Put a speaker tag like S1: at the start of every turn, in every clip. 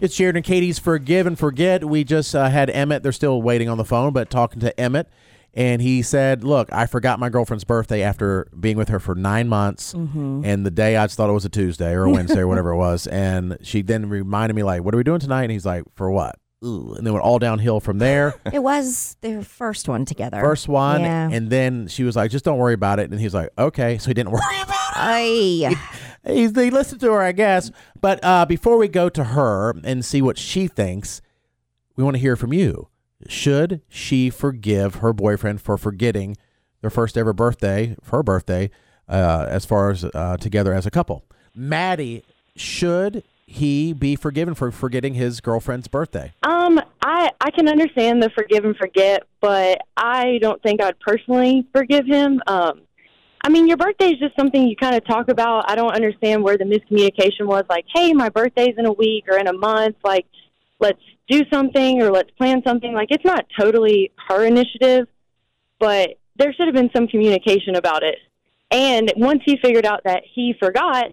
S1: It's Jared and Katie's Forgive and Forget. We just uh, had Emmett. They're still waiting on the phone, but talking to Emmett. And he said, Look, I forgot my girlfriend's birthday after being with her for nine months. And the day I just thought it was a Tuesday or a Wednesday or whatever it was. And she then reminded me, like, What are we doing tonight? And he's like, For what? Ooh. And then went all downhill from there.
S2: It was their first one together.
S1: First one.
S2: Yeah.
S1: And then she was like, Just don't worry about it. And he's like, Okay. So he didn't worry about it.
S2: Ay.
S1: He's, he listened to her, I guess. But uh, before we go to her and see what she thinks, we want to hear from you. Should she forgive her boyfriend for forgetting their first ever birthday, her birthday, uh, as far as uh, together as a couple? Maddie, should he be forgiven for forgetting his girlfriend's birthday?
S3: Um, I I can understand the forgive and forget, but I don't think I'd personally forgive him. Um, I mean, your birthday is just something you kind of talk about. I don't understand where the miscommunication was. Like, hey, my birthday's in a week or in a month. Like, let's do something or let's plan something. Like, it's not totally her initiative, but there should have been some communication about it. And once he figured out that he forgot,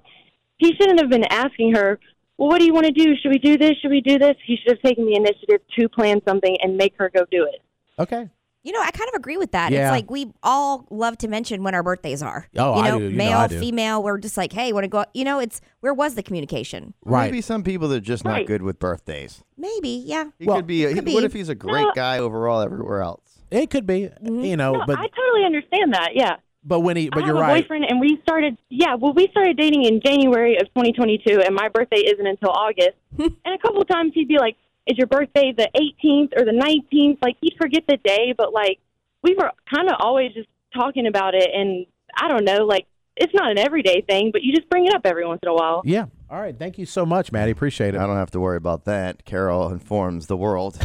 S3: he shouldn't have been asking her, well, what do you want to do? Should we do this? Should we do this? He should have taken the initiative to plan something and make her go do it.
S1: Okay.
S2: You know, I kind of agree with that.
S1: Yeah.
S2: It's like we all love to mention when our birthdays are.
S1: Oh,
S2: you
S1: I
S2: know,
S1: do. You know
S2: male,
S1: I do.
S2: female. We're just like, hey, want to go? out? You know, it's where was the communication?
S1: Right.
S4: Maybe some people that are just not
S3: Right.
S4: good with birthdays.
S2: Maybe, yeah.
S4: He
S1: Well,
S4: could be. he-
S2: could
S4: What
S2: be.
S4: if he's a great
S3: No.
S4: guy overall everywhere else?
S1: It could be, you know,
S3: No,
S1: but
S3: I totally understand that. Yeah.
S1: but when he, but
S3: I
S1: you're
S3: have a
S1: right.
S3: boyfriend, and we started. Yeah, well, we started dating in January of 2022, and my birthday isn't until August. and a couple of times he'd be like, "Is your birthday the 18th or the 19th?" Like he'd forget the day, but like we were kind of always just talking about it, and I don't know, like it's not an everyday thing, but you just bring it up every once in a while.
S1: Yeah. All right. Thank you so much, Maddie. Appreciate it.
S4: I don't have to worry about that. Carol informs the world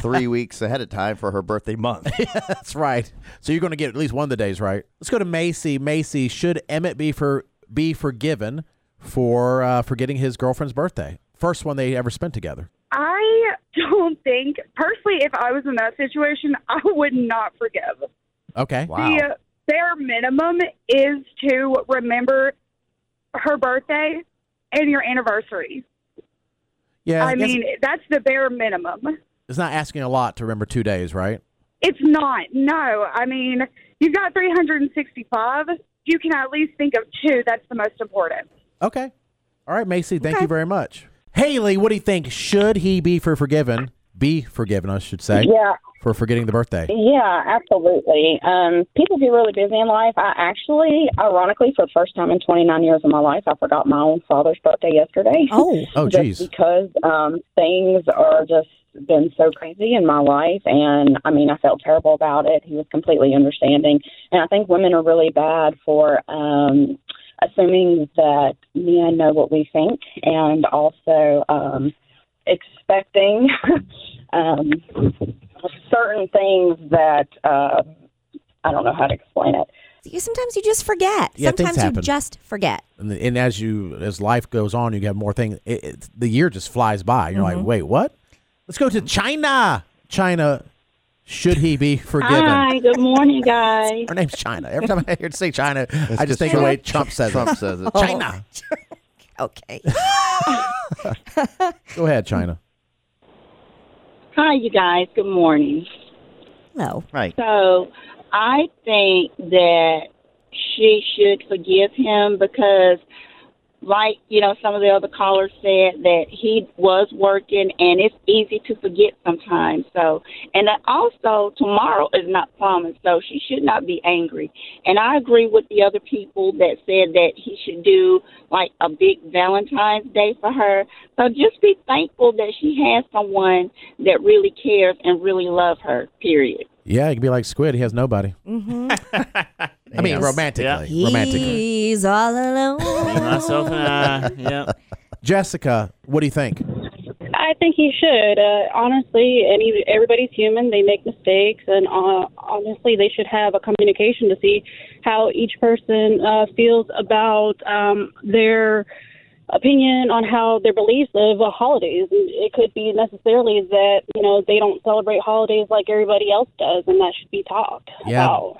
S4: three weeks ahead of time for her birthday month.
S1: That's right. So you're going to get at least one of the days right. Let's go to Macy. Macy, should Emmett be for be forgiven for uh, forgetting his girlfriend's birthday? First one they ever spent together.
S5: I don't think, personally, if I was in that situation, I would not forgive.
S1: Okay.
S5: The bare minimum is to remember her birthday and your anniversary.
S1: Yeah.
S5: I
S1: guess
S5: mean, that's the bare minimum.
S1: it's not asking a lot to remember two days, right?
S5: It's not. No, I mean, you've got 365. You can at least think of two. That's the most important.
S1: Okay. All right, Macy. Thank you very much. Haley, what do you think? Should he be for forgiven? Be forgiven, I should say,
S6: Yeah,
S1: for forgetting the birthday.
S6: yeah, absolutely. Um, people get really busy in life. I actually, ironically, for the first time in 29 years of my life, I forgot my own father's birthday yesterday.
S2: Oh,
S1: Oh,
S6: Just
S1: geez.
S6: because um, things are just been so crazy in my life, and I mean, I felt terrible about it. He was completely understanding, and I think women are really bad for um, assuming that men know what we think, and also um, expecting um, certain things that uh, I don't know how to explain it.
S2: you, sometimes you just forget.
S1: Yeah, things
S2: sometimes you
S1: happen.
S2: just forget.
S1: And, and as you as life goes on, you have more things. It, it, the year just flies by. You're like, wait, what? Let's go to China. China, should he be forgiven?
S7: Hi, good morning, guys.
S1: Her name's China. Every time I hear to say China, I just
S4: just
S1: think of the way Trump says
S4: Trump
S1: it.
S4: says it.
S1: Oh. China.
S2: Okay.
S1: Go ahead, China.
S7: Hi, you guys. Good morning.
S2: Hello.
S4: Right.
S7: So, I think that she should forgive him because, like you know, some of the other callers said that he was working, and it's easy to forget sometimes. So, and that also tomorrow is not promised, so she should not be angry. And I agree with the other people that said that he should do like a big Valentine's Day for her. So just be thankful that she has someone that really cares and really loves her. Period.
S1: Yeah, he could be like Squid. He has nobody. I mean, romantically. Romantically.
S2: He's all alone.
S8: Myself and I. Yep.
S1: Jessica, what do you think?
S7: I think he should. Uh, honestly, any everybody's human. They make mistakes, and uh, honestly, they should have a communication to see how each person uh, feels about um, their opinion on how their beliefs of uh, holidays. It could be necessarily that you know they don't celebrate holidays like everybody else does, and that should be talked
S1: Yeah.
S7: about.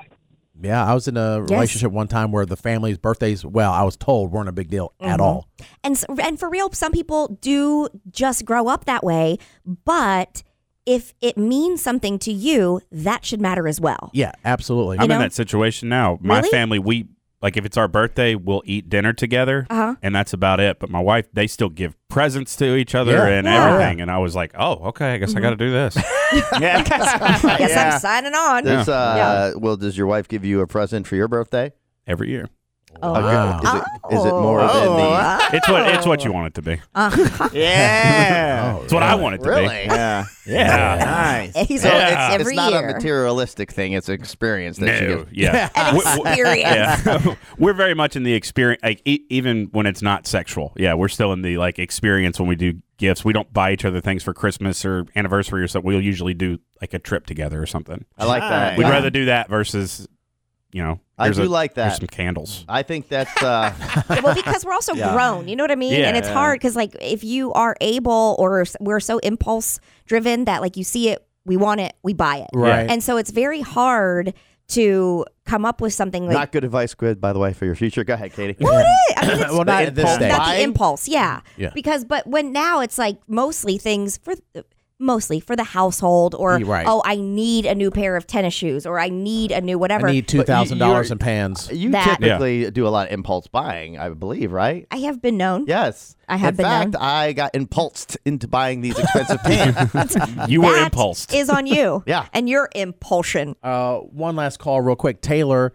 S1: Yeah, I was in a
S2: Yes.
S1: relationship one time where the family's birthdays, well, I was told weren't a big deal at
S2: Mhm.
S1: all.
S2: And s- and for real, some people do just grow up that way, but if it means something to you, that should matter as well.
S1: Yeah, absolutely.
S2: You
S8: I'm
S2: know?
S8: in that situation now. My
S2: Really?
S8: family, we like if it's our birthday, we'll eat dinner together,
S2: Uh-huh.
S8: and that's about it. But my wife, they still give presents to each other
S1: Yeah.
S8: and
S1: Yeah.
S8: everything. And I was like, oh, okay, I guess I got to do this.
S2: I guess
S4: Yeah.
S2: I'm signing on.
S4: There's, uh, Well, does your wife give you a present for your birthday?
S8: every year.
S2: Oh.
S4: Okay. Is, it, is it more than the?
S8: It's what it's
S2: Oh.
S8: what you want it to be.
S4: Yeah.
S1: Oh,
S8: It's what I want it to
S4: really?
S8: be.
S4: Yeah.
S8: Yeah.
S4: Nice.
S2: He's
S4: So
S2: on
S4: it's-
S2: it
S4: it's,
S2: every
S4: not
S2: year.
S4: a materialistic thing. It's an experience that you
S8: No,
S4: give.
S8: yeah.
S2: An
S8: We- we-
S2: experience.
S8: yeah. we're very much in the experience, like e- even when it's not sexual. Yeah, we're still in the like experience when we do gifts. We don't buy each other things for Christmas or anniversary or something. We'll usually do like a trip together or something.
S4: I like that.
S8: We'd
S4: Yeah.
S8: rather do that versus, you know,
S4: I
S8: here's
S4: do
S8: a-
S4: like
S8: here's
S4: that.
S8: some candles.
S4: I think that's. Uh,
S2: Yeah, well, because we're also
S4: Yeah.
S2: grown, you know what I mean? and
S8: Yeah.
S2: it's hard because, like, if you are able or s- we're so impulse driven that, like, you see it, we want it, we buy it.
S1: Right.
S2: And so it's very hard to come up with something like
S4: Not good advice, Quid, by the way, for your future. Go ahead, Katie.
S2: What is- I mean, it's
S1: well, not at this
S4: impulse
S1: stage.
S2: not
S4: Why?
S2: the impulse, yeah.
S1: Yeah.
S2: Because, but when now it's like mostly things for mostly for the household, or
S1: Yeah, right.
S2: oh, I need a new pair of tennis shoes, or I need a new whatever.
S1: I need two thousand dollars in pans.
S4: You
S2: That.
S4: typically do a lot of impulse buying, I believe, right?
S2: I have been known.
S4: Yes.
S2: I have
S4: In
S2: been
S4: fact,
S2: known.
S4: I got impulsed into buying these expensive pants.
S8: You were
S2: That
S8: impulsed.
S2: is on you.
S4: Yeah.
S2: and your impulsion.
S1: Uh, one last call, real quick, Taylor,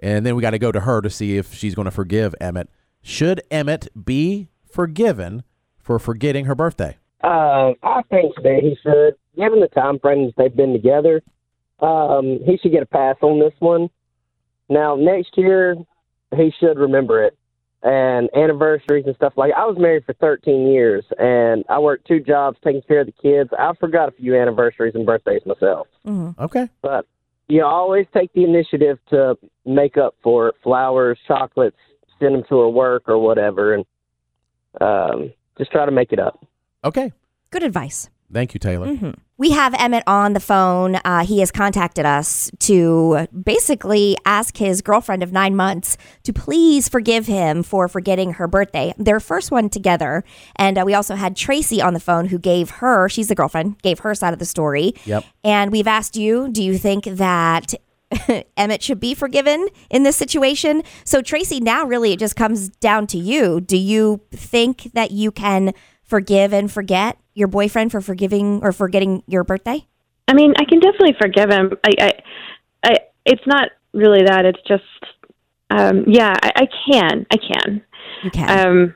S1: and then we got to go to her to see if she's going to forgive Emmett. Should Emmett be forgiven for forgetting her birthday?
S9: Uh, I think that he should, given the time frames they've been together, um, he should get a pass on this one. Now, next year, he should remember it. And anniversaries and stuff like I was married for 13 years, and I worked two jobs taking care of the kids. I forgot a few anniversaries and birthdays myself.
S2: Mhm.
S1: Okay.
S9: But you always take the initiative to make up for it flowers, chocolates, send them to her work or whatever, and um, just try to make it up.
S1: Okay.
S2: Good advice.
S1: Thank you, Taylor.
S2: We have Emmett on the phone. Uh, he has contacted us to basically ask his girlfriend of nine months to please forgive him for forgetting her birthday, their first one together. And uh, we also had Tracy on the phone who gave her, she's the girlfriend, gave her side of the story.
S1: Yep.
S2: And we've asked you, do you think that Emmett should be forgiven in this situation? So, Tracy, now really it just comes down to you. Do you think that you can forgive and forget your boyfriend for forgiving or forgetting your birthday?
S3: I mean, I can definitely forgive him. I, I, I it's not really that. It's just, um, yeah, I, I can, I can.
S2: You can.
S3: Um,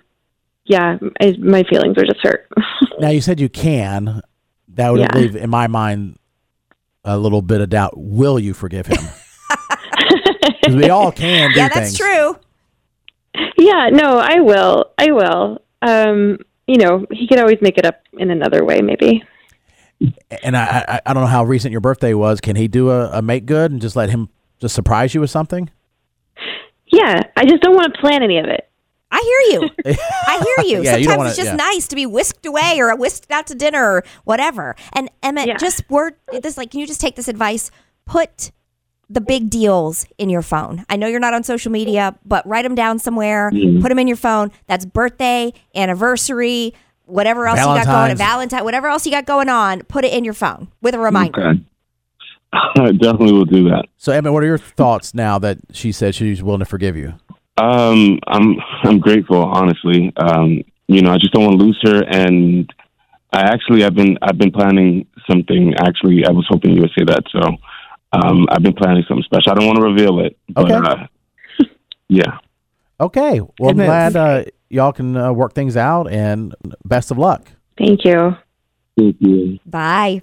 S3: yeah, I, my feelings are just hurt.
S1: Now you said you can. That would
S3: Yeah.
S1: leave in my mind a little bit of doubt. Will you forgive him? 'Cause we all can do
S2: yeah,
S1: things.
S2: that's true.
S3: yeah, no, I will, I will. Um, you know, he could always make it up in another way, maybe.
S1: And I, I, I don't know how recent your birthday was. Can he do a, a make good and just let him just surprise you with something?
S3: Yeah, I just don't want to plan any of it.
S2: I hear you. I hear you.
S1: Yeah, you
S2: Sometimes
S1: don't wanna-
S2: it's just
S1: yeah.
S2: nice to be whisked away or whisked out to dinner or whatever. And Emmett,
S3: Yeah.
S2: just word this like, can you just take this advice? Put the big deals in your phone. I know you're not on social media, but write them down somewhere.
S1: Hmm.
S2: Put them in your phone. That's birthday, anniversary, whatever else you got going,
S1: Valentine's.
S2: Valentine, whatever else you got going on. Put it in your phone with a reminder.
S10: Okay. I definitely will do that.
S1: So, Emmett, what are your thoughts now that she said she's willing to forgive you?
S10: Um, I'm I'm grateful, honestly. Um, you know, I just don't want to lose her, and I actually I've been I've been planning something. Actually, I was hoping you would say that. So, um, I've been planning something special. I don't want to reveal it, but
S1: Okay.
S10: uh, yeah,
S1: Okay. Well, I'm
S2: move.
S1: glad uh, y'all can uh, work things out and best of luck.
S3: Thank you.
S10: thank you.
S2: Bye.